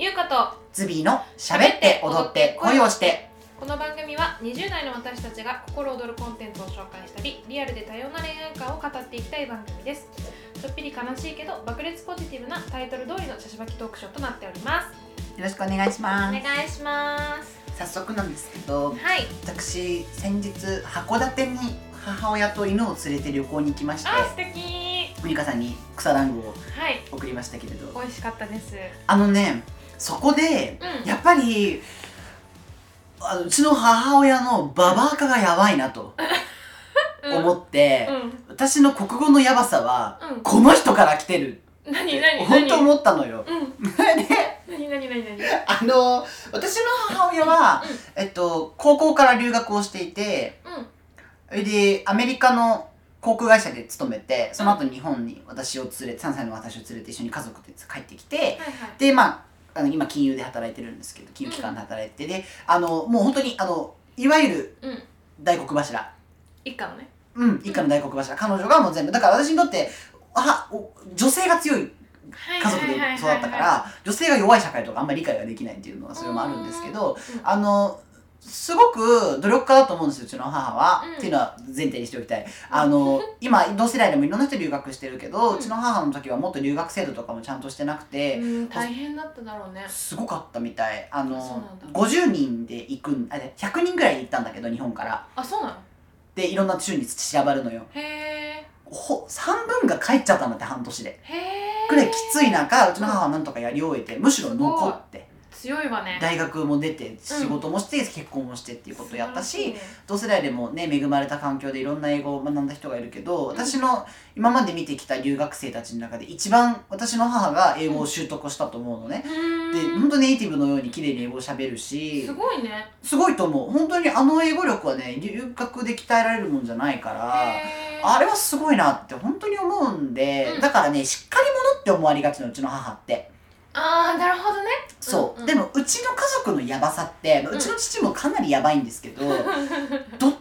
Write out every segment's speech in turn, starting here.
とズビーの喋って踊って恋をしてこの番組は20代の私たちが心躍るコンテンツを紹介したりリアルで多様な恋愛観を語っていきたい番組ですちょっぴり悲しいけど爆裂ポジティブなタイトル通りのしゃしばきトークショーとなっておりますよろしくお願いしおま願いしますす早速なんですけはどい私先日函館に母親と犬を連れて旅行に行きましてあ素敵美香さんに草団子をはい送りましたけれど美味しかったですあのねそこでうんやっぱりあのうちの母親のババア化がやばいなと思っって、うん、私の国語のやばさはうんこの人から来てるっ何て何何本当思ったのよ。うんで何何何何あの私の母親は、えっと、高校から留学をしていてうんそれでアメリカの航空会社で勤めてその後日本に私を連れ3歳の私を連れて一緒に家族で帰ってきてはいはいでまああの今金融で働いてるんですけど金融機関で働いてであのもう本当にあのいわゆるうん大黒柱一家のねうん一家の大黒柱彼女がもう全部だから私にとってあお女性が強い家家族で育ったから女性が弱い社会とかあんまり理解ができないっていうのはそれもあるんですけどうんあのすごく努力家だと思うんですようちの母は、うんっていうのは前提にしておきたい あの今同世代でもいろんな人留学してるけど、ううんちの母の時はもっと留学制度とかもちゃんとしてなくて、うん大変だっただろうねすごかったみたいあそうのなんだ50人で行くんあで100人ぐらいで行ったんだけど日本からあそうなのでいろんな州に散らばるのよへえほ半分が帰っちゃったんだって半年でへえくらいきつい中うちの母はなんとかやり終えてむしろ残って強いわね大学も出て仕事もして結婚もしてっていうことをやったし、素晴らいね同世代でもね恵まれた環境でいろんな英語を学んだ人がいるけど私の今まで見てきた留学生たちの中で一番私の母が英語を習得したと思うのね。うでーん本当ネイティブのように綺麗に英語を喋るしすごいねすごいと思う本当にあの英語力はね留学で鍛えられるもんじゃないからへーあれはすごいなって本当に思うんで、うんだからねしっかり者って思われがちのうちの母ってあーなるほどねそう、うんうんでもうちの家族のヤバさってうちの父もかなりヤバいんですけど、どっちかという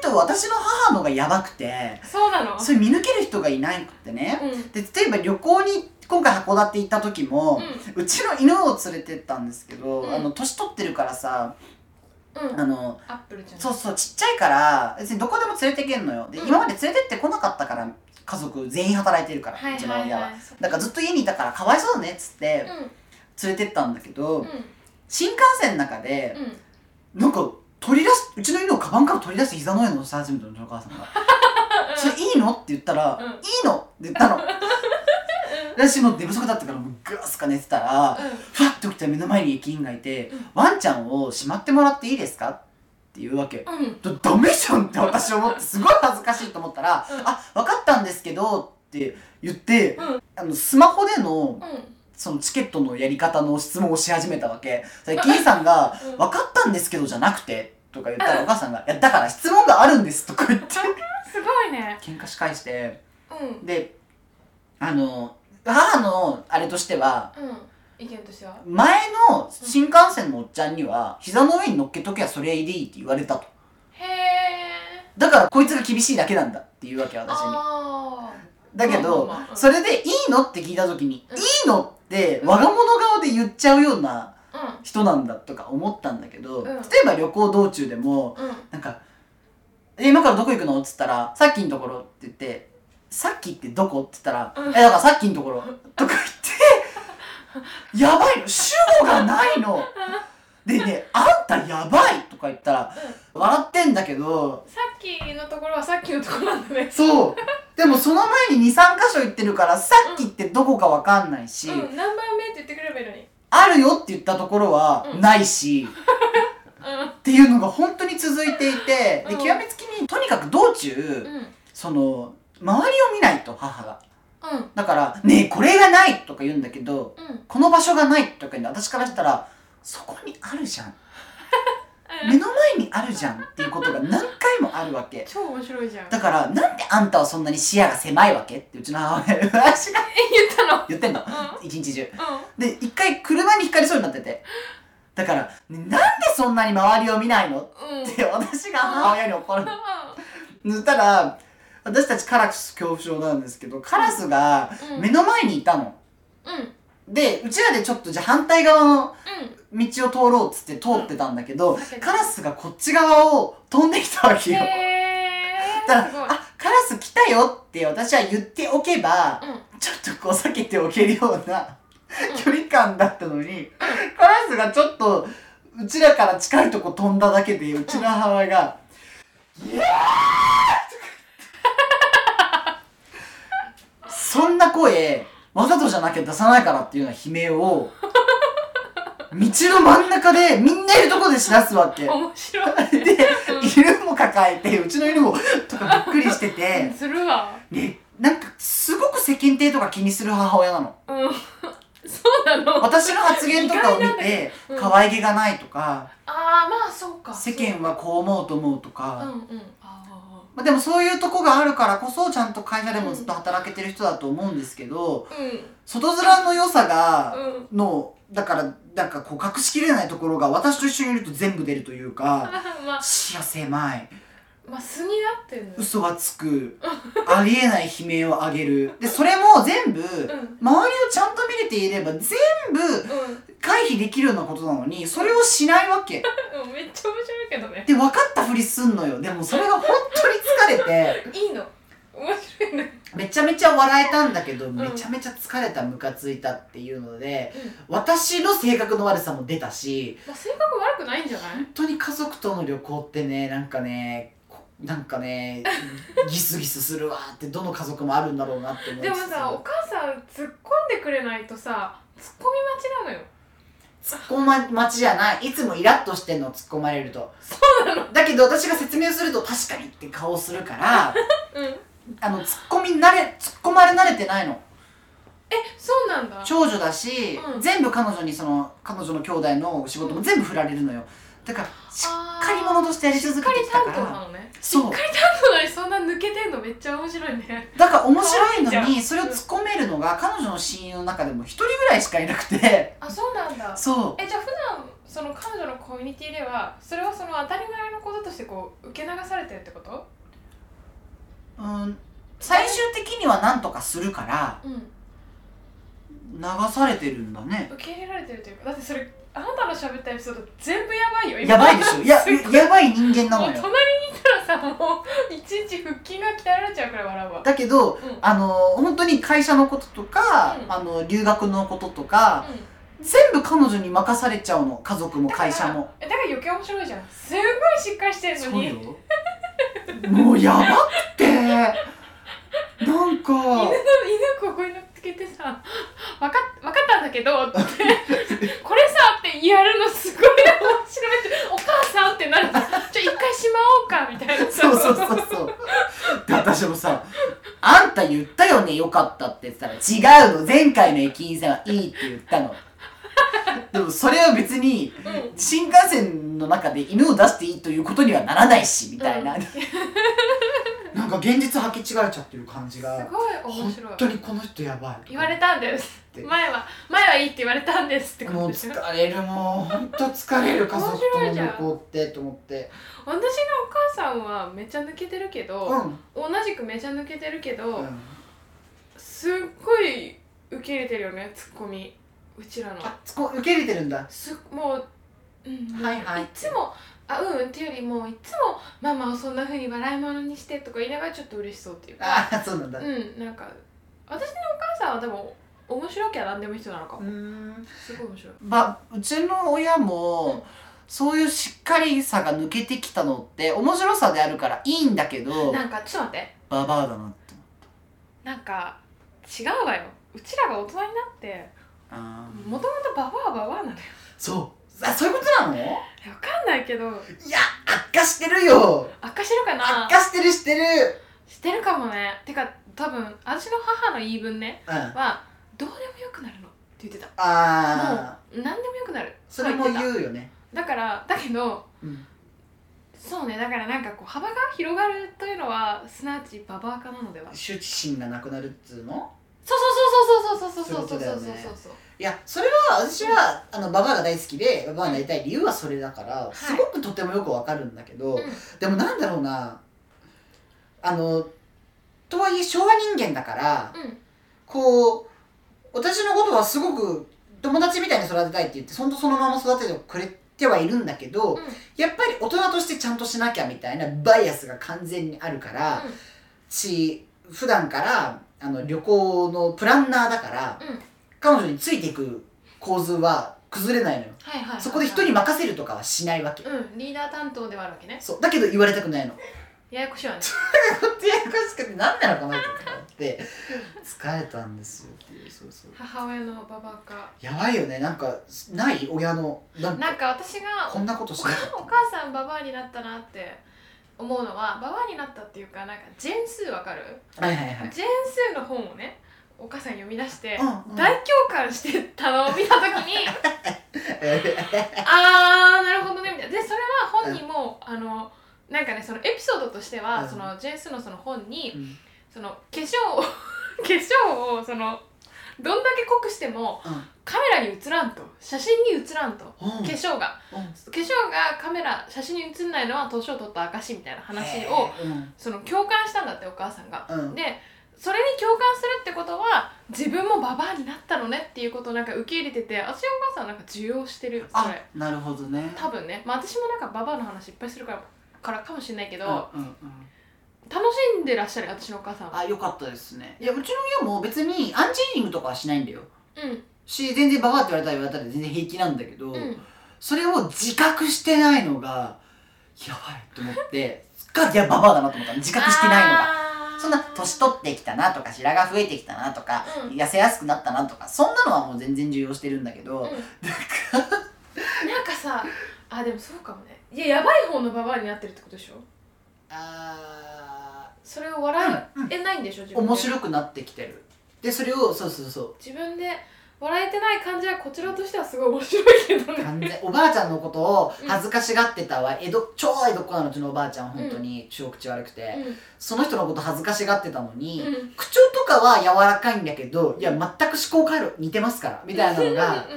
と私の母のがヤバく てそうなのそれ見抜ける人がいないくてねうんうんで例えば旅行に今回函館行った時も、うちの犬を連れてったんですけど、うんあの年取ってるからさうんあのアップルじゃんそうそうちっちゃいから別にどこでも連れてけんのよで、うん今まで連れてってこなかったから家族全員働いてるから、はいうちのはい親ははいそうだからずっと家にいたからかわいそうだねっつって連れてったんだけうど、んうん新幹線の中で、うんなんか取り出すうちの犬をカバンから取り出して膝の上に乗せ始めたのうちのお母さんが 「それいいの?」って言ったら「うんいいの?」って言ったの私もう寝不足だったからもうガースか寝てたらふわっと起きたら目の前に駅員がいてうん「ワンちゃんをしまってもらっていいですか?」って言うわけうんうんだダメじゃんって私思ってすごい恥ずかしいと思ったら「うんあ分かったんですけど」って言って、うんあのスマホでのうんそのチケットのやり方の質問をし始めたわけそれ駅員さんがうん分かったんですけどじゃなくてとか言ったらお母さんが「いやだから質問があるんです」とか言って すごいね喧嘩し返してうんであの母のあれとしてはうん意見としては前の新幹線のおっちゃんには膝の上に乗っけときゃそれでいいって言われたとへえだからこいつが厳しいだけなんだっていうわけ私にああだけど、まあまあまあうんそれで「いいの?」って聞いた時に「うんいいの?」って我が物顔で言っちゃうようなう人なんだとか思ったんだけど、ん例えば旅行道中でもんうんなんか「え今からどこ行くの?」っつったら「さっきのところ」って言って「さっきってどこ?」って言ったら「うんえだからさっきのところ」とか言ってやばいの主語がないのでね「あんたやばい」とか言ったら笑ってんだけどさっきのところはさっきのところなんだねそうでもその前に23箇所行ってるから「さっきってどこかわかんないし、うん何番目って言ってくればいいのにあるよ」って言ったところはうんないし。っていうのが本当に続いていて、でうん極めつきにとにかく道中、うんうんその周りを見ないと母がうんだから「ねえこれがない!」とか言うんだけどうん「この場所がない!」とか言うんで私からしたら「そこにあるじゃんうん目の前にあるじゃん」っていうことが何回もあるわけ超面白いじゃ ん。え、だから「なんであんたはそんなに視野が狭いわけ?」ってうちの母親私が言ったの。言ってんのう一日中うん。で一回車にひかれそうになっててだから「ねなんでそんなに周りを見ないの?」うん。って私が母親に怒るのそしたら私たちカラス恐怖症なんですけどカラスがうん。目の前にいたの、うん。でうちらでちょっとじゃあ反対側のう道を通ろうっつって通ってたんだけど、んだけどカラスがこっち側を飛んできたわけよ。へだからーすごいあカラス来たよって私は言っておけばうんちょっとこう避けておけるようなうん距離感だったのにカラスがちょっとうちらから近いとこ飛んだだけでうちの母親が「イエーイ!」とか言ってそんな声わざとじゃなきゃ出さないからっていうような悲鳴を道の真ん中でみんないるとこで知らすわけ。面白いで犬も抱えてうちの犬もとかびっくりしててするわねなんかすごく世間体とか気にする母親なのうん そうなの私の発言とかを見意外なんだてどうん可愛げがないとかああまあそうか世間はこう思うと思うとか、うんうんあまあ、でもそういうとこがあるからこそちゃんと会社でもずっと働けてる人だと思うんですけどあうん外面の良さがうんのだからなんかこう隠しきれないところが私と一緒にいると全部出るというあかーまあ視野狭いまあ素になってんのよ嘘は つくありえない悲鳴を上げるでそれも全部周りうんをちゃんと見れていれば全部う回避できるようなことなのにそれをしないわけんうんめっちゃ面白いけどねで分かったふりすんのよでもそれが本当に疲れていいの面白いねめちゃめちゃ笑えたんだけどめちゃめちゃ疲れたムカついたっていうのでうん私の性格の悪さも出たしまあ性格悪くないんじゃない本当に家族との旅行ってねなんかねこなんかねギスギスするわってどの家族もあるんだろうなって思いでもつつさお母さん突っ込んでくれないとさ突っ込み待ちなのよ突っ込ま待ちじゃないいつもイラッとしてんの突っ込まれるとそうなのだけど私が説明すると確かにって顔をするからうんあの突っ込み慣れ突っ込まれ慣れてないのそうなんだ長女だし、うん全部彼女にその彼女の兄弟の仕事も全部振られるのよだからしっかり物者としてやり続けてきしったかかり担当ならのねそうしっかり担当なのにそんな抜けてんのめっちゃ面白いねだから面白い可の愛いじにそれを突っ込めるのが彼女の親友の中でも一人ぐらいしかいなくてあそうなんだそうえじゃあ普段その彼女のコミュニティではそれはその当たり前のこととしてこう受け流されてるってことうん最終的には何とかするからうん流されてるんだね受け入れられてるというかだってそれあなたの喋ったエピソード全部やばいよ今やばいでしょいやすっごいやばい人間なもう隣にのよいたらさもういちいち腹筋が鍛えられちゃうくらい笑うわだけどうんあの本当に会社のこととか、うんあの留学のこととか、うん全部彼女に任されちゃうの家族もだから会社もえだから余計面白いじゃんすごいしっかりしてるのに犬のよもうやばくてなんか犬ここに乗っけてさ「わかっわかったんだけど」ってこれさってやるのすごい面白いってお母さんってなるじゃんちょ一回しまおうかみたいなそうそうそうそうで私もさ「あんた言ったよねよかった」って言ってたら「違うの前回の駅員さんはいい」って言ったのでもそれは別にうんうん新幹線の中で犬を出していいということにはならないしみたいな、うんなんか現実履き違えちゃってる感じすがごい面本白い当にこの人やばい言われたんです前は前はいいって言われたんですってこもとうでしょ疲れるもう本当疲れる家族との旅行ってと思って私のお母さんはめちゃ抜けてるけうど、ん、うん同じくめちゃ抜けてるけど、すっごい受け入れてるよねツッコミうちらのあそこ受け入れてるんだすもう、うん、はいはいいつもあうんうんっていうよりもいつもママをそんな風に笑い物にしてとか言いながらちょっと嬉しそうっていうかああそうなんだうんなんか私のお母さんはでも面白きゃ何でもいい人なのかもうんすごい面白いまあうちの親うんもそういうしっかりさが抜けてきたのって面白さであるからいいんだけどなんかちょっと待ってババアだなってなんか違うわようちらが大人になってあーもともとババアババアなのよそうあそういうことなのいわかんないけどや悪化してるよ悪化してるかな悪化してるしてるしてるかもねてか多分私の母の言い分ねうんあはどうでもよくなるのって言ってたあもう何でもよくなるそれもと言って言うよねただからだけどうんそうねだからなんかこう幅が広がるというのはすなわちババア化なのでは羞恥心がなくなるっつうのそうそうそうそうそうそうそうそうそうそうそうそういやそれは私はあのババアが大好きでババアになりたい理由はそれだから、いすごくとてもよくわかるんだけど、うんでもなんだろうなあのとはいえ昭和人間だからうんこう私のことはすごく友達みたいに育てたいって言ってほんとそのまま育ててくれてはいるんだけど、うんやっぱり大人としてちゃんとしなきゃみたいなバイアスが完全にあるから、うんし普段からあの旅行のプランナーだから、うん彼女についていく構図は崩れないのよ、はいはいはいはいそこで人に任せるとかはしないわけ、うんリーダー担当ではあるわけねそうだけど言われたくないの ややこしいわねこってややこしくて何なのかなと思って疲れたんですよっていうそうそう母親のババかやばいよねなんかない親のなんなかんか私がこんなことしなかおっ母さんババアになったなって思うのはババアになったっていうかなんかジェーンスーわかる、たはいはいはいジェーンスーの本をねお母さん読み出して、うんうん大共感してたのを見た時にえあーなるほどねみたいなでそれは本人も、あのなんかねそのエピソードとしては、うんそのジェーンスーのその本にーうんその化粧を 化粧をそのどんだけ濃くしてもカメラに映らんと写真に映らんとうん化粧がうん化粧がカメラ写真に写んないのは年を取った証みたいな話をうんその共感したんだってお母さんが。うんでそれに共感するってことは自分もババアになったのねっていうことをなんか受け入れてて私のお母さんなんか受容してるそあれなるほどね多分ね、まあ、私もなんかババアの話いっぱいするからからかもしれないけど、うんうんうん楽しんでらっしゃる私のお母さんは。あよかったですねいやうちの親も別にアンチエイジングとかはしないんだようんし全然ババアって言われたら言われたら全然平気なんだけど、うんそれを自覚してないのがやばいと思ってがいやババアだなと思ったの自覚してないのががそんな年取ってきたなとか白髪増えてきたなとか、うん痩せやすくなったなとかそんなのはもう全然重要してるんだけど、うん、なんかさあでもそうかもねいややばい方のババアになってるってことでしょあそれを笑えないんでしょ、自ー分で面白くなってきてるでそれをそうそうそう自分で笑えてない感じはこちらとしてはすごい面白いけどね完全おばあちゃんのことをうん恥ずかしがってたわ江戸超江戸っ子なのうちのおばあちゃん本当に口口悪くて、その人のこと恥ずかしがってたのに、うんうん口調とかは柔らかいんだけどいや全く思考回路似てますからみたいなのがうんう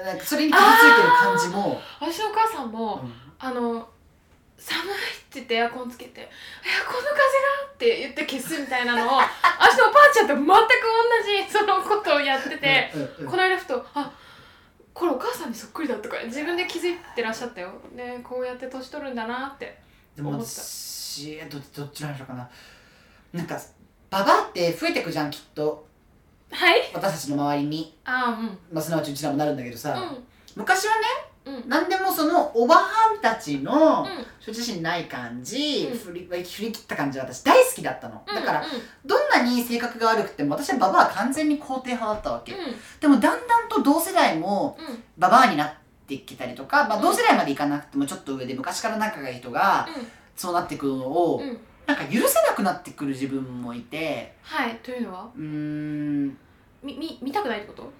んなんかそれに傷ついてる感じも、私のお母さんも、うんあの寒いって言ってエアコンつけて「エアコンの風が!」って言って消すみたいなのを 私のおばあちゃんと全く同じそのことをやってて、うんうんうんこの間ふと「あこれお母さんにそっくりだ」とか自分で気づいてらっしゃったよねこうやって年取るんだなってでも思った私どどっちなんでしょうかななんかババアって増えてくじゃんきっとはい私たちの周りに、あーうんまあ、すなわちうちらもなるんだけどさ、うん昔はねうん何でもそのおばはんたちのうん諸自身ない感じ、うん振り振り切った感じが私大好きだったの、だからうんどんなに性格が悪くても私はババア完全に肯定派だったわけ、うんでもだんだんと同世代もうんうんババアになってきたりとか、まうあ、ん同世代までいかなくてもちょっと上で昔から仲がいい人がそうなってくるのを、うんうんなんか許せなくなってくる自分もいてはいというのはうーんみみ見たくないってこと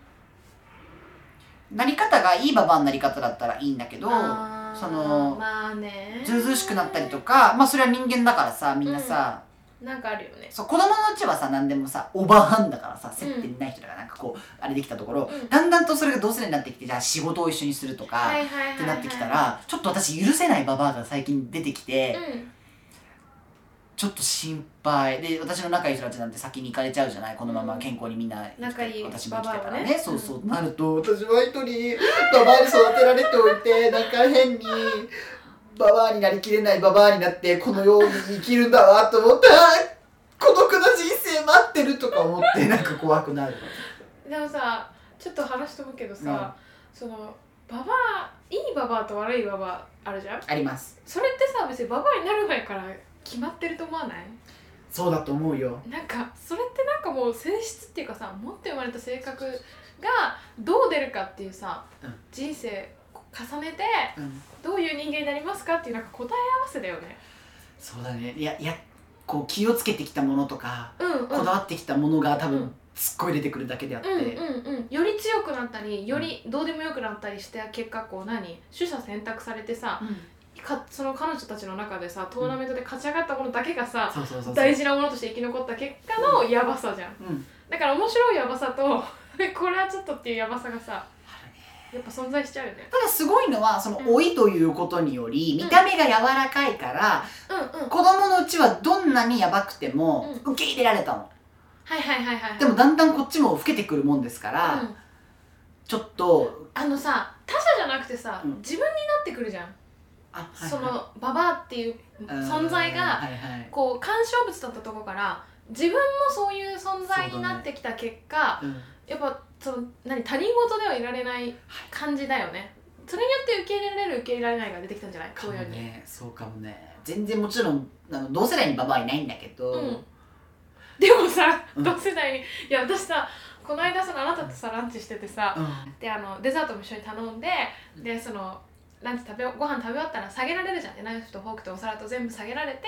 なり方がいいババアのなり方だったらいいんだけどあーそのまあねずうずうしくなったりとかまあそれは人間だからさみんなさ、なんかあるよねそう子供のうちはさ何でもさおばはんだからさ接点ない人だからなんかこうあれできたところ、うんだんだんとそれが同世代になってきてじゃあ仕事を一緒にするとか、はいはいはいはいってなってきたらちょっと私許せないババアが最近出てきて、うんちょっと心配で私の仲いい人たちなんて先に行かれちゃうじゃないこのまま健康にみんな生きて仲いい私も生きてたババアらはねねそうそう、なると私は一人ババアに育てられておいてなんか変にババアになりきれないババアになってこのように生きるんだわと思った孤独な人生待ってるとか思って なんか怖くなるでもさちょっと話飛ぶけどさ、そのババアいいババアと悪いババアあるじゃんありますそれってさ別にババアになる前から決まってると思わないそうだと思うよなんかそれってなんかもう性質っていうかさ持って生まれた性格がどう出るかっていうさ、うん人生重ねてうんどういう人間になりますかっていうなんか答え合わせだよねそうだねいやいやこう気をつけてきたものとかうんうんこだわってきたものが多う分んすっごい出てくるだけであって、うんうんうん、より強くなったりよりどうでもよくなったりして結果こう何取捨選択されてさうんかその彼女たちの中でさトーナメントで勝ち上がったものだけがさ、そうそうそうそう大事なものとして生き残った結果のヤバさじゃんうんだから面白いヤバさと これはちょっとっていうヤバさがさやっぱ存在しちゃうよねただすごいのはそのうん老いということによりうん見た目が柔らかいからうんうん子供のうちはどんなにやばくてもう受け入れられたのはいはいはいはいでもだんだんこっちも老けてくるもんですから、うんちょっとあのさ他者じゃなくてさ、うん自分になってくるじゃん、あそのババアっていう存在がはいはいこう干渉物だったところから自分もそういう存在になってきた結果、うんやっぱその何他人事ではいられない感じだよねそれによって受け入れられる受け入れられないが出てきたんじゃないこかもういうに、ねそうかもね全然もちろんあの同世代にババアいないんだけど、うんでもさ、うん同世代にいや私さこの間そのあなたとさランチしててさ、うんであのデザートも一緒に頼んでうんでそのランチ食べご飯食べ終わったら下げられるじゃんでナイフとフォークとお皿と全部下げられて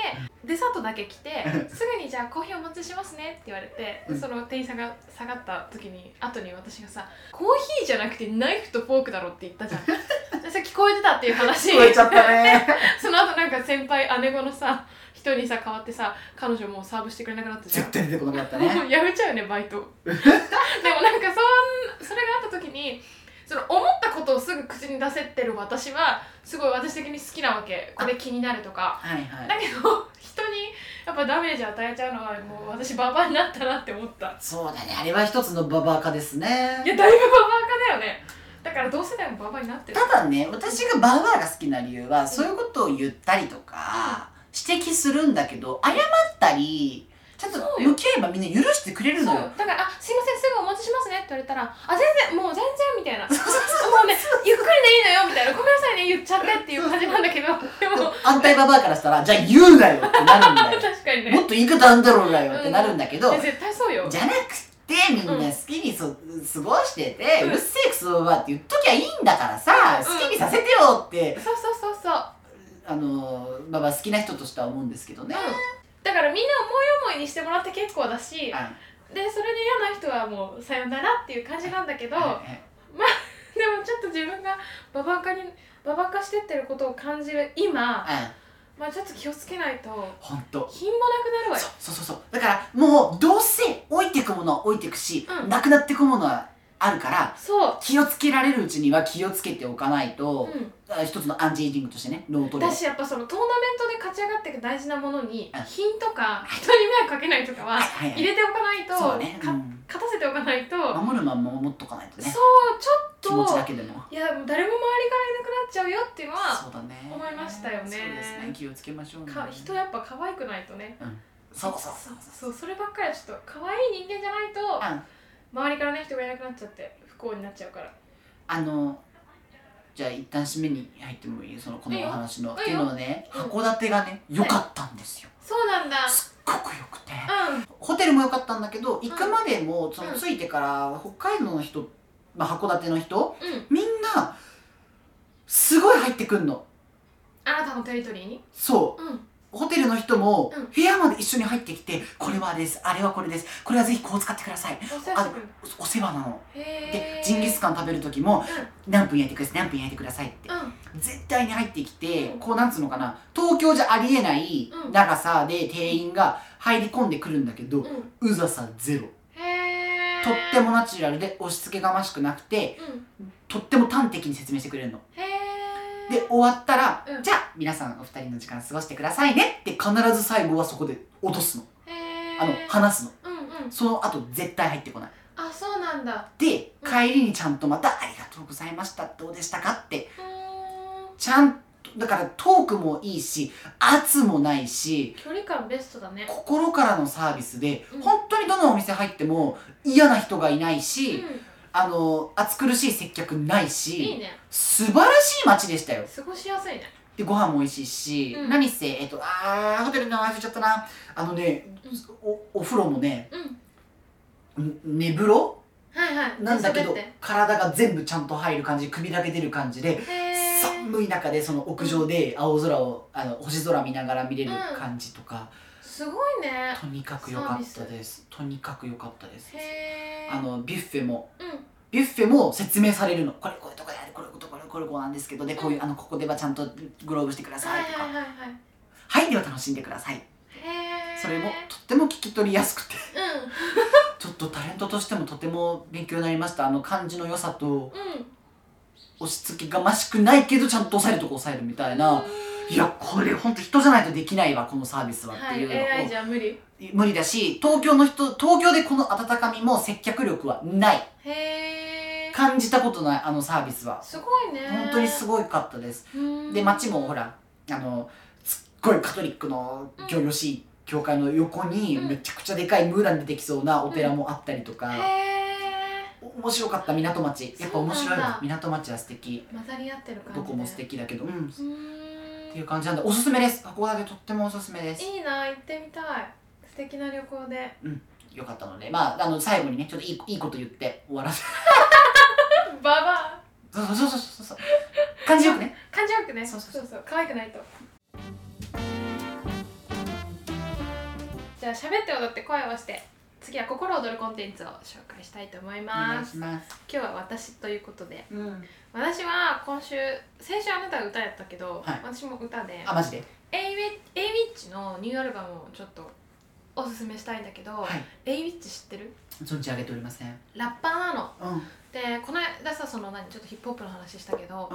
デザートだけ来 てすぐにじゃあコーヒーお持ちしますねって言われてうんその店員さんが下がった時に後に私がさコーヒーじゃなくてナイフとフォークだろって言ったじゃ んでそれ聞こえてたっていう話聞こえちゃったねその後なんか先輩姉子のさ人にさ変わってさ彼女もうサーブしてくれなくなったじゃん絶対出てこなかったもねう やめちゃうねバイトでもなんかそんそれがあった時にその思ったことをすぐ口に出せてる私はすごい私的に好きなわけこれ気になるとかはいはい だけど人にやっぱダメージ与えちゃうのはもう私ババアになったなって思ったそうだねあれは一つのババア化ですねいやだいぶババア化だよねだから同世代もババアになってるただね私がババアが好きな理由はそういうことを言ったりとか指摘するんだけど謝ったりちゃんとそうよ向き合えばみんな許してくれるそうのよだから「あすいませんすぐお持ちしますね」って言われたら「あ全然もう全然」みたいな「もうねゆっくりでいいのよ」みたいな「ごめんなさいね言っちゃって」っていう感じなんだけどででもも反対ババアからしたらじゃあ言うなよってなるんだよ確かに ねもっと言い方あんだろうがよってなるんだけど、いや絶対そうよじゃなくてみんな好きにそ、過ごしてて、ううんるせえクソババアって言っときゃいいんだからさ、うん好きにさせてよってそうそうそうそうあのババア好きな人としては思うんですけどね、だからみんな思い思いにしてもらって結構だしではいそれで嫌な人はもうさよならっていう感じなんだけどではいはいもちょっと自分がババカにババカしてってることを感じる今、うんまあ、ちょっと気をつけないと本当品もなくなるわよそうそうそうそうだからもうどうせ置いていくものは置いていくし、うんなくなっていくものはあるからそう気をつけられるうちには気をつけておかないと、うあ一つのアンチエイジングとしてね脳トん、レだしやっぱそのトーナメントで勝ち上がっていく大事なものにうん品とか人に迷惑かけないとかははいはい入れておかないと、そうね、うかん、勝たせておかないと、守るまま守っとかないとそうねち気ょ持っちとだけでもいやもう誰も周りからいなくなっちゃうよっていうのはそうだね思いましたよねそうですね気をつけましょうねか人やっぱ可愛くないとねそうそうそうそうそればっかりはちょっと可愛い人間じゃないとあ周りからね人がいなくなっちゃって不幸になっちゃうからあのじゃあ一旦締めに入ってもいいそのこのお話いのっいよていうのはねうん函館がね良かったんですよそうなんだすっごく良くてうんホテルも良かったんだけど行くまでもそのうん着いてから北海道の人、まあ、函館の人うんみんなすごい入ってくんのあなたのテリトリーにそうんうホテルの人もうん部屋まで一緒に入ってきてこれはあれですあれはこれですこれはぜひこう使ってくださいお世話してくるんだおお世話なのへでえジンギスカンカン食べる時もう何分焼いてください何分焼いてくださいってう絶対に入ってきて、うんこうなんつうのかな東京じゃありえないうん長さで店員が入り込んでくるんだけど、んうんうざさゼロへえとってもナチュラルで押し付けがましくなくてうんとっても端的に説明してくれるの。へえで終わったら、うんじゃあ皆さんお二人の時間過ごしてくださいねって必ず最後はそこで落とすのへーあの話すのうんうんその後絶対入ってこない。あそうなんだでうん帰りにちゃんとまた「ありがとうございましたどうでしたか?」ってうーんちゃんとだからトークもいいし圧もないし距離感ベストだね心からのサービスで、うん本当にどのお店入っても嫌な人がいないうし、んあの暑苦しい接客ないいいしね素晴らしい街でしたよ過ごしやすいねでご飯も美味しいし、うん何せえっとあーホテルの名前忘れちゃったなあのねおお風呂もねうんん寝風呂はいはいなんだけ寝そどべって体が全部ちゃんと入る感じ首だけ出る感じでへー寒い中でその屋上で青空をあの星空見ながら見れる感じとか、すごいねとにかく良かったですとにかく良かったですへーあのビュッフェもうんビュッフェも説明されるのこれこういうとこであるこれこういうとこでこれこうなんですけどでこういうあのここではちゃんとグローブしてくださはいいとかははいい、はいはいでは楽しんでくださいへーそれもとっても聞き取りやすくて うちょっとタレントとしてもとても勉強になりましたあの感じの良さとんうん押し付けがましくないけどちゃんと抑えるとこ抑えるみたいなうーんいやこれ本当人じゃないとできないわこのサービスはっはていうのを、い AI じゃ無理無理だし東京の人東京でこの温かみも接客力はないへえ感じたことないあのサービスはすごいね本当にすごいかったですごで街もほらあのすっごいカトリックの行々しい教会の横にうんめちゃくちゃでかいムーラン出てきそうなお寺もあったりとへか、え面白かった港町やっぱ面白いそうなんわだ港町は素敵混ざり合ってる感じどでこも素敵だけどうんっうーんていう感じなんでおすすめです函館とってもおすすめですいいな行ってみたい素敵な旅行でよかったのでまああの最後にねちょっといいいいこと言って終わらせ ババそうそうそうそうそうそう感じよくねア感じよくねそうそうそう可愛くないとじゃあ喋って踊って声をして次は心躍るコンテンツを紹介したいと思いお願まいすします今日は私ということでうん私は今週先週あなたが歌やったけど、はい私も歌であマジでエイウィエイウィッチのニューアルバムをちょっとおすすめしたいんだけど、はいエイウィッチ知ってる存じ上げておりませんラッパーなのうんうんでこの間さその何ちょっとヒップホップの話したけど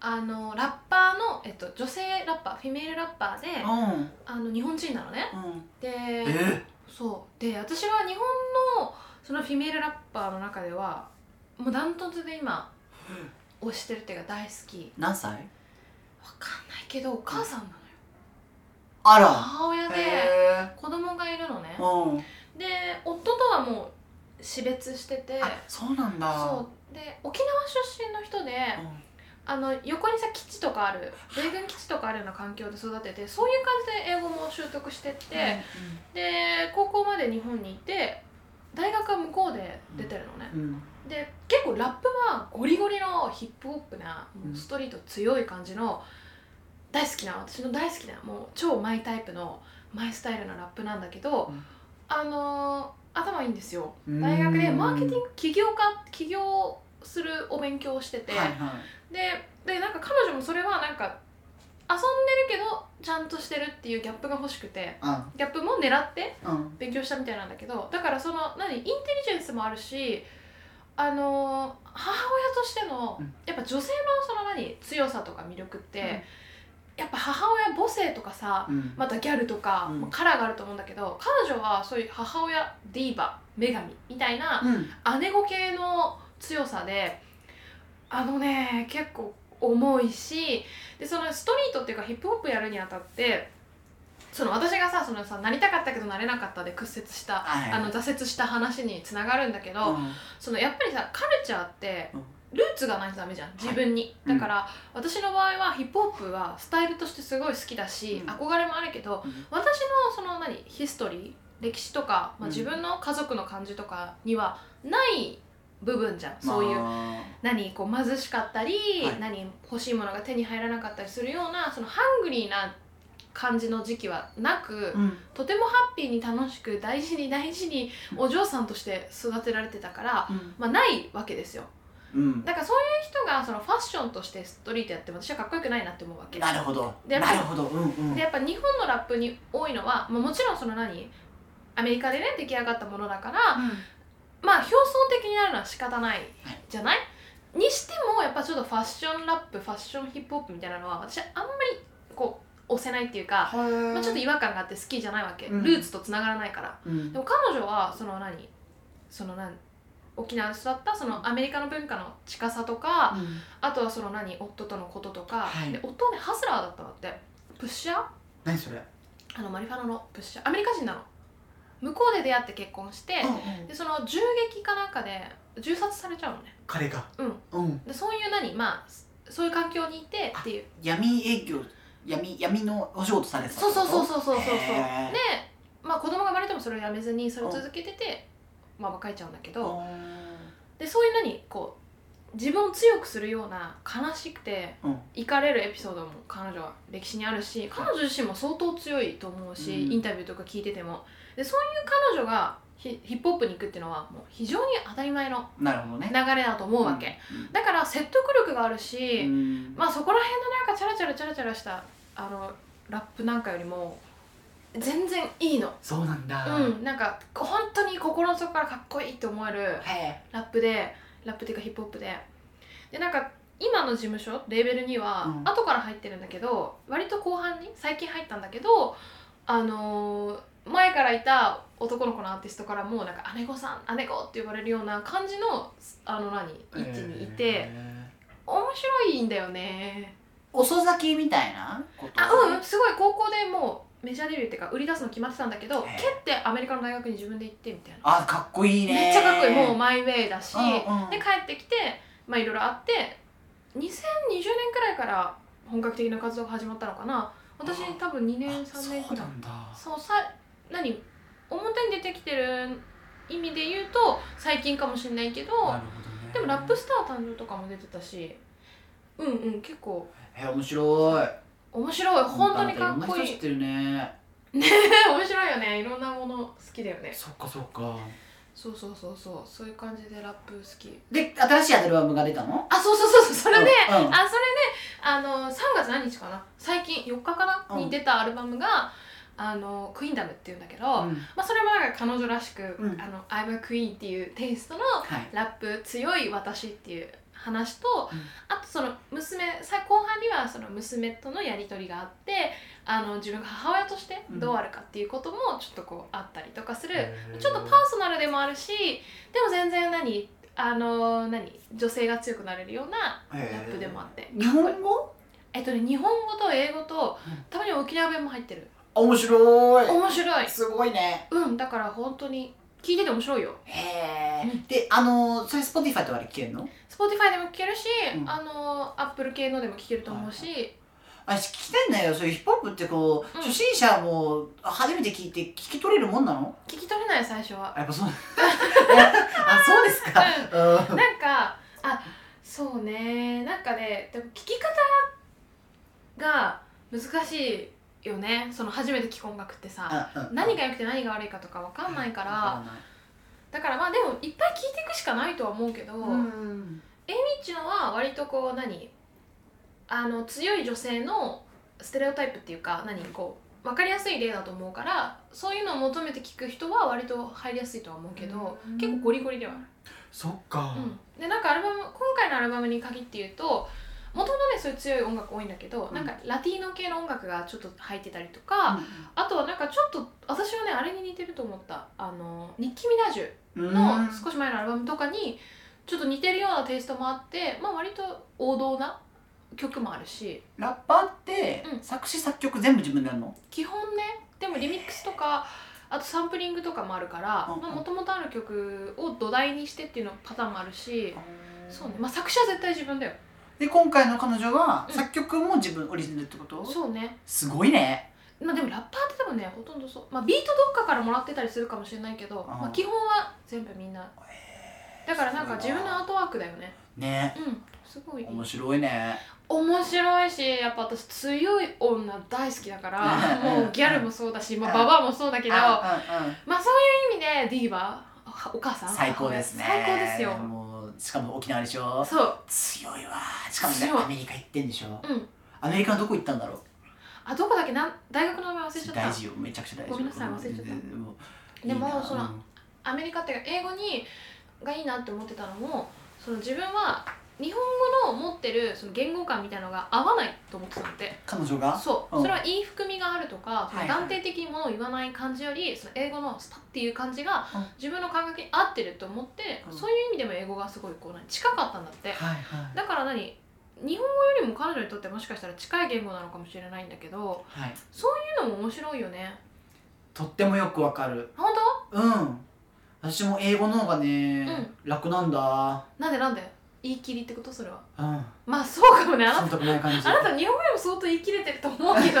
あのラッパーの、えっと、女性ラッパーフィメールラッパーでうんあの日本人なのねうんでえーそうで私は日本のそのフィメールラッパーの中ではもうダントツで今推してるっていうか大好き何歳わかんないけどお母さんなのよあら母親でへ子供がいるのねえうんで夫とはもう死別しててあそうなんだそうで沖縄出身の人でうんあの横にさ基地とかある米軍基地とかあるような環境で育ててそういう感じで英語も習得してって、で高校まで日本にいて大学は向こうで出てるのね、うんうんで結構ラップはゴリゴリのヒップホップなもううんストリート強い感じの大好きな私の大好きなもう超マイタイプのマイスタイルのラップなんだけど、うんあのー頭いいんですようん大学でマーケティング起業家起業するお勉強をしてて、はいはででなんか彼女もそれはなんか遊んでるけどちゃんとしてるっていうギャップが欲しくていギャップも狙ってうんうん勉強したみたいなんだけどだからその何インテリジェンスもあるしあのー母親としてのうんやっぱ女性のその何強さとか魅力って、やっぱ母親母性とかさうんまたギャルとか、うんまあカラーがあると思うんだけど彼女はそういう母親ディーバ女神みたいなうん姉御系の強さであのね結構重いしでそのストリートっていうかヒップホップやるにあたってその私がさそのさなりたかったけどなれなかったで屈折したはいあの挫折した話につながるんだけど、うんそのやっぱりさカルチャーってうんルーツがないとダメじゃん自分に、うんだから、私の場合はヒップホップはスタイルとしてすごい好きだし、うん憧れもあるけどうん私のその何ヒストリー歴史とか、まあ、うん自分の家族の感じとかにはない部分じゃん、そういうまあ何こう貧しかったり、はい何欲しいものが手に入らなかったりするようなそのハングリーな感じの時期はなく、うんとてもハッピーに楽しく大事に大事にお嬢さんとして育てられてたから、うんまあ、ないわけですようんだからそういう人がそのファッションとしてストリートやっても私はかっこよくないなって思うわけなるほどでやなっぱりるほどうんうんでやっぱ日本のラップに多いのは、まあ、もちろんその何アメリカでね出来上がったものだからまあ表層的になるのは仕方ないはいじゃない、にしてもやっぱちょっとファッションラップファッションヒップホップみたいなのは私はあんまりこう押せないっていうか、ままあ、ちょっと違和感があって好きじゃないわけ、うんルーツとつながらないからうんでも彼女はその何その何沖縄で育ったそのアメリカの文化の近さとか、あとはその何夫とのこととか、はいで夫はねハスラーだったんだってプッシャー何それあのマリファナのプッシャーアメリカ人なの向こうで出会って結婚して、でその銃撃かなんかで銃殺されちゃうのね彼がうんうんでそういう何まあそういう環境にいてっていう闇営業闇闇のお仕事されてたそうそうそううそうそうそうそうでねまあ子供が生まれてもそれをやめずにそれを続けててまあ別れちゃうんだけどでそういう何こう自分を強くするような悲しくてうんいかれるエピソードも彼女は歴史にあるし彼女自身も相当強いと思うし、うんインタビューとか聞いててもでそういう彼女がヒヒップホップに行くっていうのはもう非常に当たり前のなるほど流ねれだと思うわけ、だから説得力があるし、うんまあそこら辺のなんかチャラチャラチャラチャラしたあのラップなんかよりも全然いいの、そうなんだうん、なんか本当に心の底からかっこいいって思えるへえラップでラップっていうかヒップホップででなんか今今の事務所レーベルには、うん後から入ってるんだけど割と後半に最近入ったんだけどあのー前からいた男の子のアーティストからもなんか姉子さん姉子って呼ばれるような感じのあの何位置にいて、え面白いんだよねー遅咲きみたいなことあうんすごい高校でもうメジャーデビューっていうか売り出すの決まってたんだけどへえ蹴ってアメリカの大学に自分で行ってみたいなあかっこいいねめっちゃかっこいいもうマイウェイだし、うんうんで帰ってきてまあいろいろあって2020年くらいから本格的な活動が始まったのかな私あ多分2年あ3年そうなんだそうさ何表に出てきてる意味で言うと最近かもしれないけどなるほどねでもラップスター誕生とかも出てたしうんうん結構え面白い面白い本当にかっころんな人い知いってるね 面白いよねいろんなもの好きだよねそっかそっかそうそうそうそうそういう感じでラップ好きで新しいアルバムが出たのあそうそうそうそうそれで、うんうんあそれであの3月何日かな最近4日かな、うんに出たアルバムが「あのクイーンダム」っていうんだけど、まうんあ、それもなんか彼女らしく「うんあの I'm a Queen」っていうテイストのはいラップ強い私っていう話と、うんあとその娘さ後半にはその娘とのやり取りがあってあの自分が母親としてどうあるかっていうこともちょっとこうあったりとかする、ちょっとパーソナルでもあるしでも全然何あの何女性が強くなれるようなララップでもあって、日本語えっとね日本語と英語とうんたまに沖縄弁も入ってるあ面白い面白いすごいねうんだから本当に聞いてて面白いよへえ、うんであのそれ Spotify とかで聴けるの Spotify でも聞けるし、うんあの Apple 系のでも聞けると思うし、あ私聞きたいんだよそういうヒップホップってこう、うん初心者も初めて聞いて聞き取れるもんなの聞き取れない最初はあやっぱ そうあそうですか、うんなんかあそうねなんかねでも聞き方が難しいよねその初めて聞く音楽ってさ、何がが良くて何が悪いかとか分かんないから、だからまあでもいっぱい聞いていくしかないとは思うけど、うんうんエミッチのは割とこう何あの強い女性のステレオタイプっていうか何こう分かりやすい例だと思うからそういうのを求めて聞く人は割と入りやすいとは思うけど、うん結構ゴリゴリではある。そっか、うん、でなんかアルバム今回のアルバムに限って言うともともとねそういう強い音楽多いんだけど、うんなんかラティーノ系の音楽がちょっと入ってたりとか、あとはなんかちょっと私はねあれに似てると思ったあのニッキー・ミナージュうんの少し前のアルバムとかにちょっと似てるようなテイストもあって、まあ、割と王道な曲もあるしラッパーって、うん作詞作曲全部自分でやるの基本ねでもリミックスとかあとサンプリングとかもあるからうんうんもともとある曲を土台にしてっていうのパターンもあるしそうね、まあ、作詞は絶対自分だよで今回の彼女は、うん作曲も自分オリジナルってことそうねすごいねまあでもラッパーって多分ねほとんどそう、まあ、ビートどっかからもらってたりするかもしれないけどあーまあ、基本は全部みんなだからなんか自すごいな分のアートワークだよねねうんすごい面白いね面白いしやっぱ私強い女大好きだからうんもうギャルもそうだし、まあ、うんババアもそうだけどまあうんうんそういう意味でディーバーお母さん最高ですね最高ですよもうしかも沖縄でしょそう強いわしかもね強いアメリカ行ってんでしょうんアメリカのどこ行ったんだろうあどこだっけなん大学の名前忘れちゃった大事よめちゃくちゃ大事よごめんなさい忘れちゃったうんもうでもいいなそのうんアメリカっていうか英語にがいいなって思ってたのもその自分は日本語の持ってるその言語感みたいなのが合わないと思ってたので彼女がそううんそれは言い含みがあるとかそのはいはい断定的にものを言わない感じよりその英語のスパッっていう感じがうん自分の感覚に合ってると思ってうんそういう意味でも英語がすごいこう何近かったんだってはいはいだから何日本語よりも彼女にとってもしかしたら近い言語なのかもしれないんだけどはいそういうのも面白いよねとってもよくわかる本うん私も英語の方がねうん楽なんだ当なんでなんで言い切りってことそれはうんまあそうかもねあなた忖度ない感じあなた日本語でも相当言い切れてると思うけど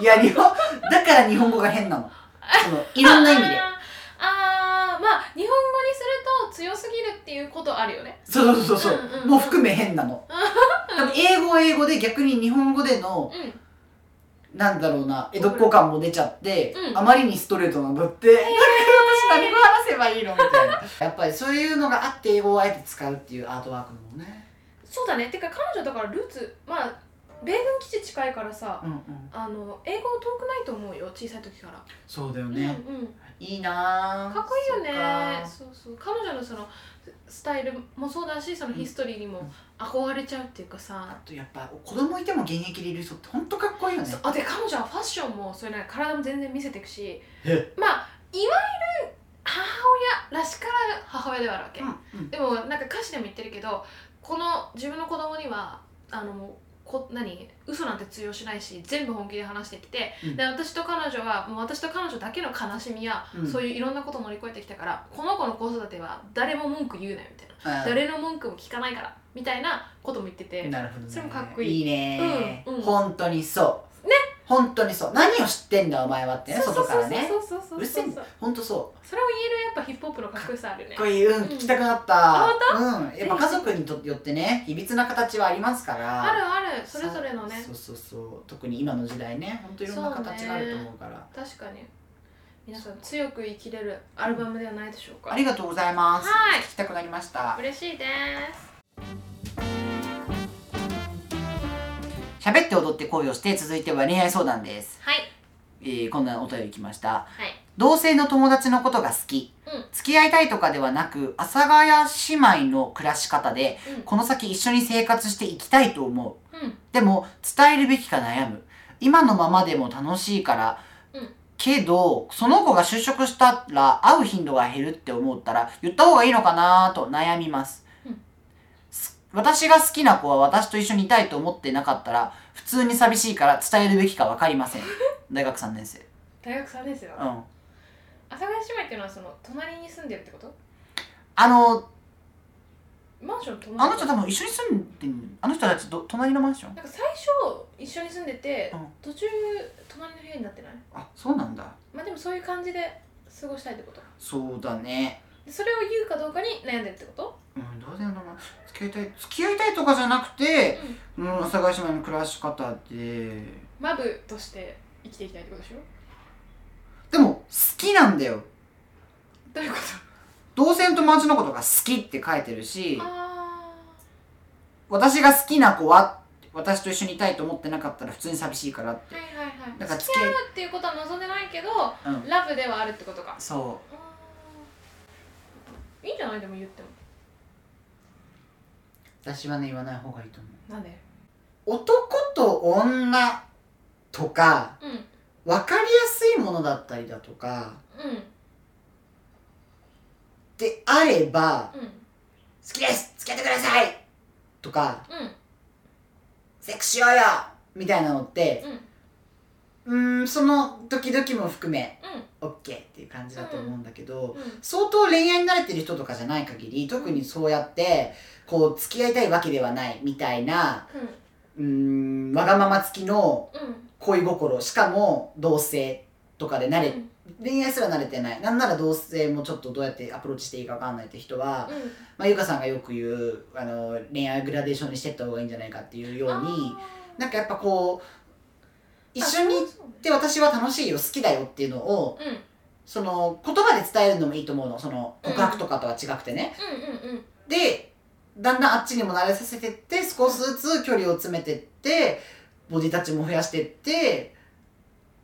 いや日本だから日本語が変なのそのいろんな意味であーあーまあ日本語にすると強すぎるっていうことあるよねそうそうそうそう、うんうんうんもう含め変なの多分英語は英語で逆に日本語でのうんなんだろうな江戸っ子感も出ちゃって、うんあまりにストレートなんだって、だから私何語話せばいいのみたいなやっぱりそういうのがあって英語をあえて使うっていうアートワークもね、そうだねてか彼女だからルーツまあ米軍基地近いからさうんうん、あの英語遠くないと思うよ小さい時から、そうだよね、うんうんいいなあかっこいいよねそっかそうそう彼女のそのスタイルもそうだしそのヒストリーにも憧れちゃうっていうかさあ、とやっぱ子供いても現役でいる人って本当かっこいいよねそあで彼女はファッションもそれなんか体も全然見せていくしえまあいわゆる母親らしからぬ母親ではあるわけ、うんうんでもなんか歌詞でも言ってるけどこの自分の子供にはあのもうこ何嘘なんて通用しないし全部本気で話してきて、うんで私と彼女はもう私と彼女だけの悲しみや、うんそういういろんなことを乗り越えてきたからこの子の子育ては誰も文句言うなよみたいな、あー誰の文句も聞かないからみたいなことも言ってて、なるほど、ね、それもかっこいいいいね、うんうん本当にそうね本当にそう何を知ってんだお前はってね外からねそうそうそうそううるせえんそう本当そそれを言えるやっぱヒップホップのかっこよさあるようねかっこいいうんうん聞きたくなった、うんやっぱ家族にとよってねいびつな形はありますからあるあるそれぞれのねそうそうそう特に今の時代ね本当いろんな形があると思うから確かに皆さん強く生きれるアルバムではないでしょうか、ありがとうございますはい聞きたくなりました嬉しいです喋って踊って恋をして続いては恋愛相談です、はいえー、こんなお便り来ましはたい同性の友達のことが好き、うん付き合いたいとかではなく阿佐ヶ谷姉妹の暮らし方で、うんこの先一緒に生活していきたいと思ううんでも伝えるべきか悩む今のままでも楽しいから、うんけどその子が就職したら会う頻度が減るって思ったら言った方がいいのかなと悩みます、うんす私が好きな子は私と一緒にいたいと思ってなかったら普通に寂しいから伝えるべきか分かりま せん大学3年生大学3年生だうなん阿佐ヶ谷姉妹っていうのはその隣に住んでるってことあのマンション友あ達の人多分一緒に住んでんあの人たちど隣のマンションなんか最初一緒に住んでて、うん途中隣の部屋になってないあそうなんだまあでもそういう感じで過ごしたいってことそうだねでそれを言うかどうかに悩んでるってことうんどうだよな付き合いたい付き合いたいとかじゃなくてうんうん阿佐ヶ谷姉妹の暮らし方でマブとして生きていきたいってことでしょでも好きなんだよどういうこと同性の友達のことが好きって書いてるしあ私が好きな子は私と一緒にいたいと思ってなかったら普通に寂しいからあはいはいはいだから付き付き合合ういっていうことは望んでないけど、うんラブではあるってことかそいいんじゃないでも言ってもう私はね言わない方がいいと思うなんで男と女とかうん分かりやすいものだったりだとかうんであればうん「好きです付き合ってください!」とかうん「セックスしようよ!」みたいなのってうんうーんその時々も含めうん OK っていう感じだと思うんだけど、うん相当恋愛に慣れてる人とかじゃない限り特にそうやってこう付き合いたいわけではないみたいなうーんわがまま付きのうん恋心しかも同性とかで慣れ、うん恋愛すら慣れてないなんなら同性もちょっとどうやってアプローチしていいか分かんないって人は、うんまあ、ゆかさんがよく言うあの恋愛グラデーションにしてった方がいいんじゃないかっていうようにあーなんかやっぱこう一緒に行あそうって私は楽しいよ好きだよっていうのをうんその言葉で伝えるのもいいと思うのその告白とかとは違くてね、うんうんでだんだんあっちにも慣れさせてって少しずつ距離を詰めてってボディタッチも増やしてって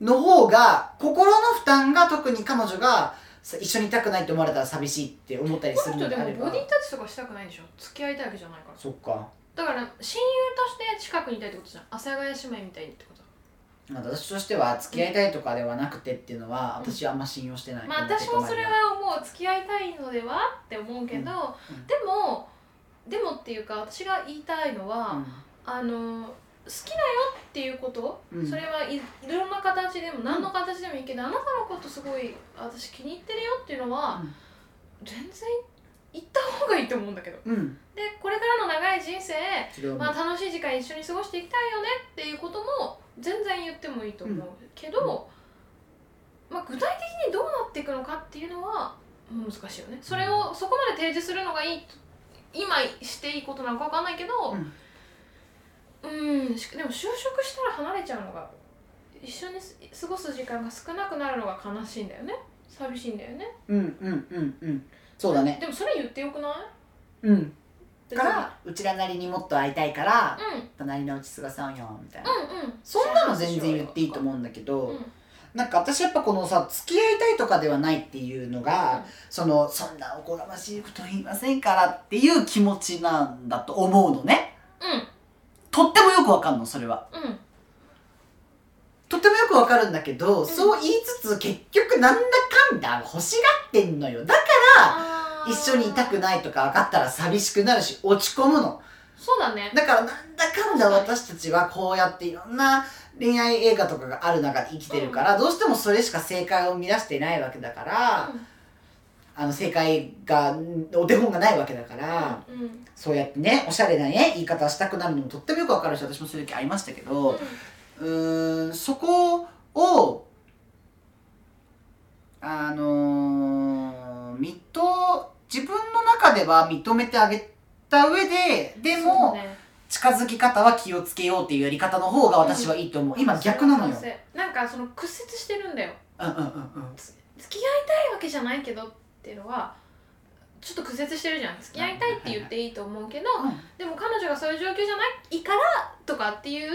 の方が心の負担が特に彼女がさ一緒にいたくないって思われたら寂しいって思ったりこするのの人でであもれボばディタッチとかしたくないでしょ付き合いたいわけじゃないからそっかだから親友として近くにいたいってことじゃん阿佐ヶ谷姉妹みたいにってことまあ私としては付き合いたいとかではなくてっていうのはうん私はあんま信用してない、まあ私もそれは思う付き合いたいのではって思うけど、うんうんでもでもっていうか私が言いたいのは、あの好きだよっていうこと、うんそれはいいろんな形でも何の形でもいいけど、あなたのことすごい私気に入ってるよっていうのは、うん全然言った方がいいと思うんだけどうん、うん、でこれからの長い人生、それはもうまあ、楽しい時間一緒に過ごしていきたいよねっていうことも全然言ってもいいと思うけど、まあ、具体的にどうなっていくのかっていうのは難しいよねそれをそこまで提示するのがいいと今していいことなのか分かんないけどうんうんしでも就職したら離れちゃうのが一緒にす過ごす時間が少なくなるのが悲しいんだよね寂しいんだよねうんうんうんうんそうだねでもそれ言ってよくないうん別にからうちらなりにもっと会いたいからうん隣のうち菅さんよみたいな、うんうんそんなの全然言っていいと思うんだけど、うんなんか私やっぱこのさ付き合いたいとかではないっていうのが、そのそんなおこがましいこと言いませんからっていう気持ちなんだと思うのねとってもよくわかんのそれはうんうんとってもよくわかるんだけど、そう言いつつ結局なんだかんだ欲しがってんのよだかあらー一緒にいたくないとか分かったら寂しくなるし落ち込むのそうだねだからなんだかんだ私たちはこうやっていろんな恋愛映画とかがある中で生きてるから、どうしてもそれしか正解を生み出してないわけだから、あの正解がんお手本がないわけだから、うんうんそうやってねおしゃれなね言い方したくなるのもとってもよくわかるし私もそういう時ありましたけど、うーんそこをあのー、認自分の中では認めてあげた上ででそうも、ね近づき方は気をつけようっていうやり方の方が私はいいと思う、今逆なのよそ、れは賛成なんかその屈折してるんだようんうんうんうん、付き合いたいわけじゃないけどっていうのはちょっと屈折してるじゃん付き合いたいって言っていいと思うけど、うんでも彼女がそういう状況じゃないからとかっていうふ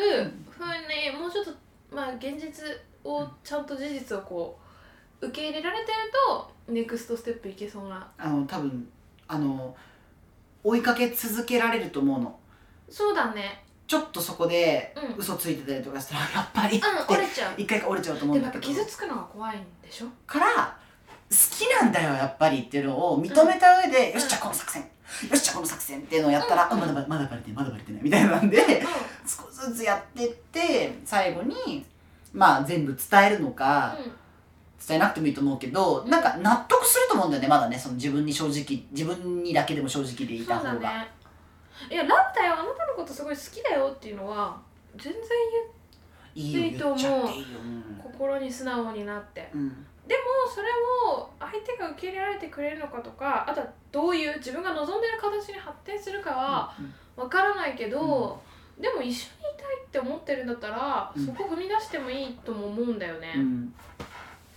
うにもうちょっと、まあ、現実をちゃんと事実をこう受け入れられてるとネクストステップいけそうなあの多分あの追いかけ続けられると思うのそうだねちょっとそこでうん、うん、折嘘ついてたりとかしたらやっぱりってれちゃう一回折れちゃうと思うでんもやだっけぱど傷つくのが怖いんでしょから好きなんだよやっぱりっていうのを認めた上で、んよしじゃあこの作戦よしじゃあこの作戦っていうのをやったら、うんあまだまだまだバレてないまだバレてないみたいなんでうん少しずつやってって最後にまあ全部伝えるのか、伝えなくてもいいと思うけどなんか納得すると思うんだよねまだねその自分に正直自分にだけでも正直でうんいそたう方だが、ねいやラブだよあなたのことすごい好きだよっていうのは全然いいいいよと言思っうちゃっていいよ、心に素直になってうんうん、でもそれを相手が受け入れられてくれるのかとかあとはどういう自分が望んでる形に発展するかはうんわからないけど、でも一緒にいたいって思ってるんだったら、うんそこ踏み出してもいいとも思うんだよね、うん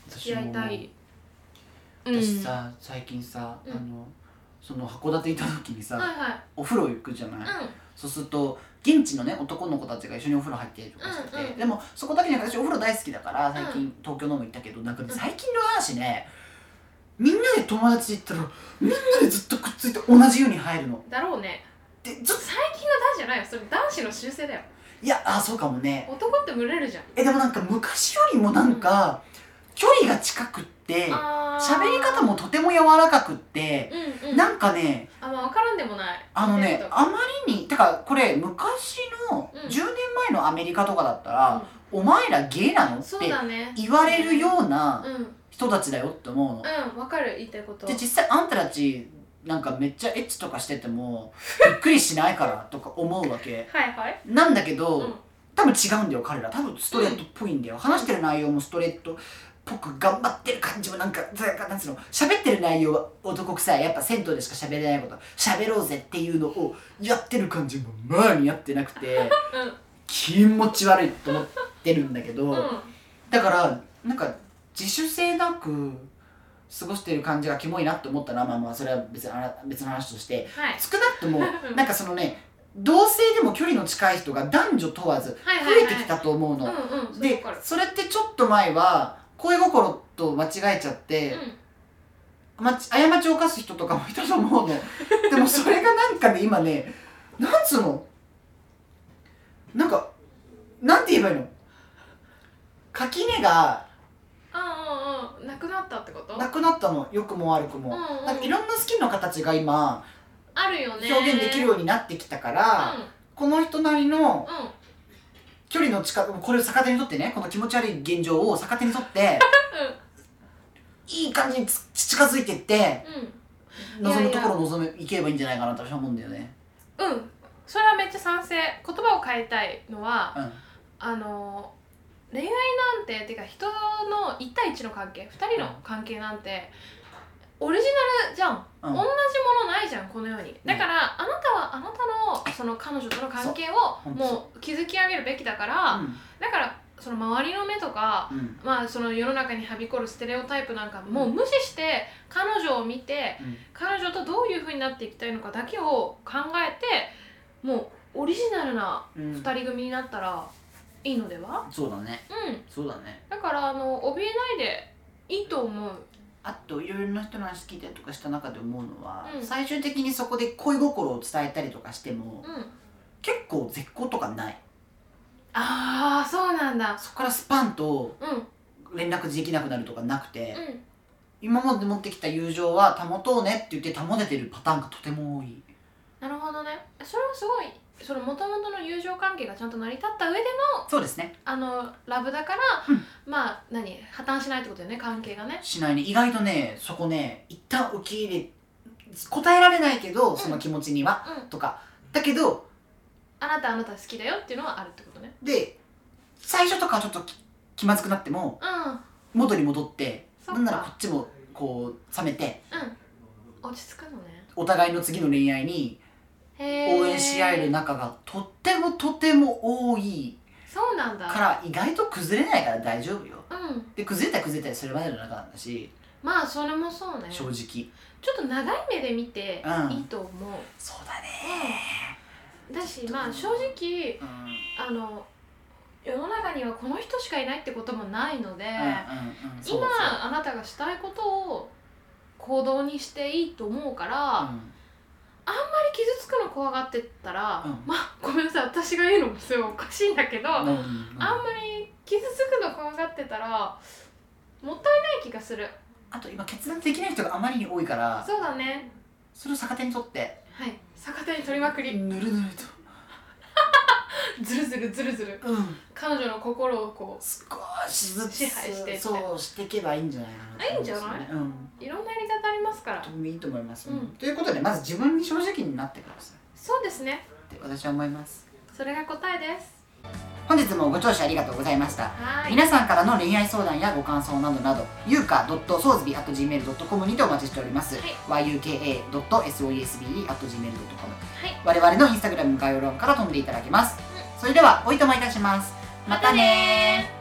付き合いたい私さ、最近さ、うんあのその函館行った時にさ、うん、はいはお風呂行くじゃない、いそうすると現地のね男の子たちが一緒にお風呂入ってとかしてて、うんうんでもそこだけじゃなくて私お風呂大好きだから最う近東京のも行ったけどなんかね最近の話ねみんなで友達行ったらみんなでずっとくっついて同じ湯に入るの。うんだろうねでずっと最近は男子じゃないよそれ男子の習性だよいやあそうかもね男って群れるじゃんえでもなんか昔よりもなんか距離が近くっ喋て喋り方もとても柔らかくってうんうんなんかねあまあ分からんでもないあのねああまりにてかこれ昔のうん10年前のアメリカとかだったら「お前らゲイなの?」っそうてだね言われるようなうん人たちだよって思うの。うん分かる言いたいことで実際あんたたちなんかめっちゃエッチとかしててもびっくりしないからとか思うわけ。はいはいなんだけど、うん多分違うんだよ彼ら多分ストレートっぽいんだよ、話してる内容もストレートっぽく頑張ってる感じもなんかなんかなんつうの喋ってる内容は男臭いやっぱ銭湯でしか喋れないこと喋ろうぜっていうのをやってる感じも前にやってなくて、ん気持ち悪いと思ってるんだけど、うんだからなんか自主性なく過ごしてる感じがキモいなって思ったなまあまあそれは別にあら別の話としてはい少な くともうんなんかそのね同性でも距離の近い人が男女問わずはいはい増はいえてきたと思うの。うんうんそれわでかるそれってちょっと前は恋心と間違えちゃって、うまち過ちを犯す人とかもいたと思うのでもそれがなんかね今ねなんつうのなんかなんて言えばいいの垣根がんうんうんうんなくなったってことなくなったの良くも悪くも、うんうんなんかいろんな好きの形が今あるよね表現できるようになってきたから、この人なりのうんうん距離の近くこれを逆手にとってねこの気持ち悪い現状を逆手にとっていい感じにつ近づいてって望むところを望めいければいいんじゃないかなと私は思うんだよね。うんうんそれはめっちゃ賛成言葉を変えたいのはうんあの恋愛なんてっていうか人の1対1の関係2人の関係なんてオリジナルじゃんうん同じものないじゃんこの世にだから、あなたはあなたのその彼女との関係そをうもう築き上げるべきだから、だからその周りの目とかうんうんまあその世の中にはびこるステレオタイプなんかもう無視して彼女を見てうん彼女とどういうふうになっていきたいのかだけを考えてもうオリジナルなうん2人組になったらいいのではそうだねうんそうだねだからあの怯えないでいいと思うあといろいろな人の話聞いたりとかした中で思うのは、うん最終的にそこで恋心を伝えたりとかしてもうん結構絶好とかないああそうなんだそこからスパンとうんうん連絡できなくなるとかなくて、今まで持ってきた友情は保とうねって言って保ててるパターンがとても多いなるほどねそれはすごいその元々の友情関係がちゃんと成り立った上でのそうですねあのラブだから、うんまあ何破綻しないってことだよね関係がねしないね意外とねそこね一旦受け入れ答えられないけどその気持ちには、うんとかだけどあなたあなた好きだよっていうのはあるってことねで最初とかはちょっとき気まずくなってもうん元に戻ってそっなかんならこっちもこう冷めて落ち着くのねお互いの次の恋愛にへー応援し合える仲がとってもとても多いそうなんだから意外と崩れないから大丈夫ようんで崩れたら崩れたりするまでの仲なんだしまあそれもそうねち正ょ直っと長い目で見てうんいいと思う、そうだねだしまあ正直うんあの世の中にはこの人しかいないってこともないので、うんうんそう今そうあなたがしたいことを行動にしていいと思うから、うあんまんり傷つくの怖がってったら、うんまあごめんなさい私が言うのもすごいおかしいんだけど、うんあんまうんり傷つくの怖がってたらもったいない気がするあと今決断できない人があまりに多いからそうだねそれを逆手にとってはい逆手に取りまくぬりるぬるずるずるずるずるとうん彼女の心をこ少しずつ支配してってそうしていけばいいんじゃないかなと思ですよあいいんねじうんういろんなやり方ありますからとてもいいと思います、うんということでまず自分に正直になってくださいそうですねって私は思いますそれが答えです本日もご聴取ありがとうございましたはーい皆さんからの恋愛相談やご感想などなど、ゆうか .sousby.gmail.com にてお待ちしております。yuka.sousbe.gmail.com はい我々のインスタグラム概要欄から飛んでいただけます。それでは、おいとまいたします。またねー。ー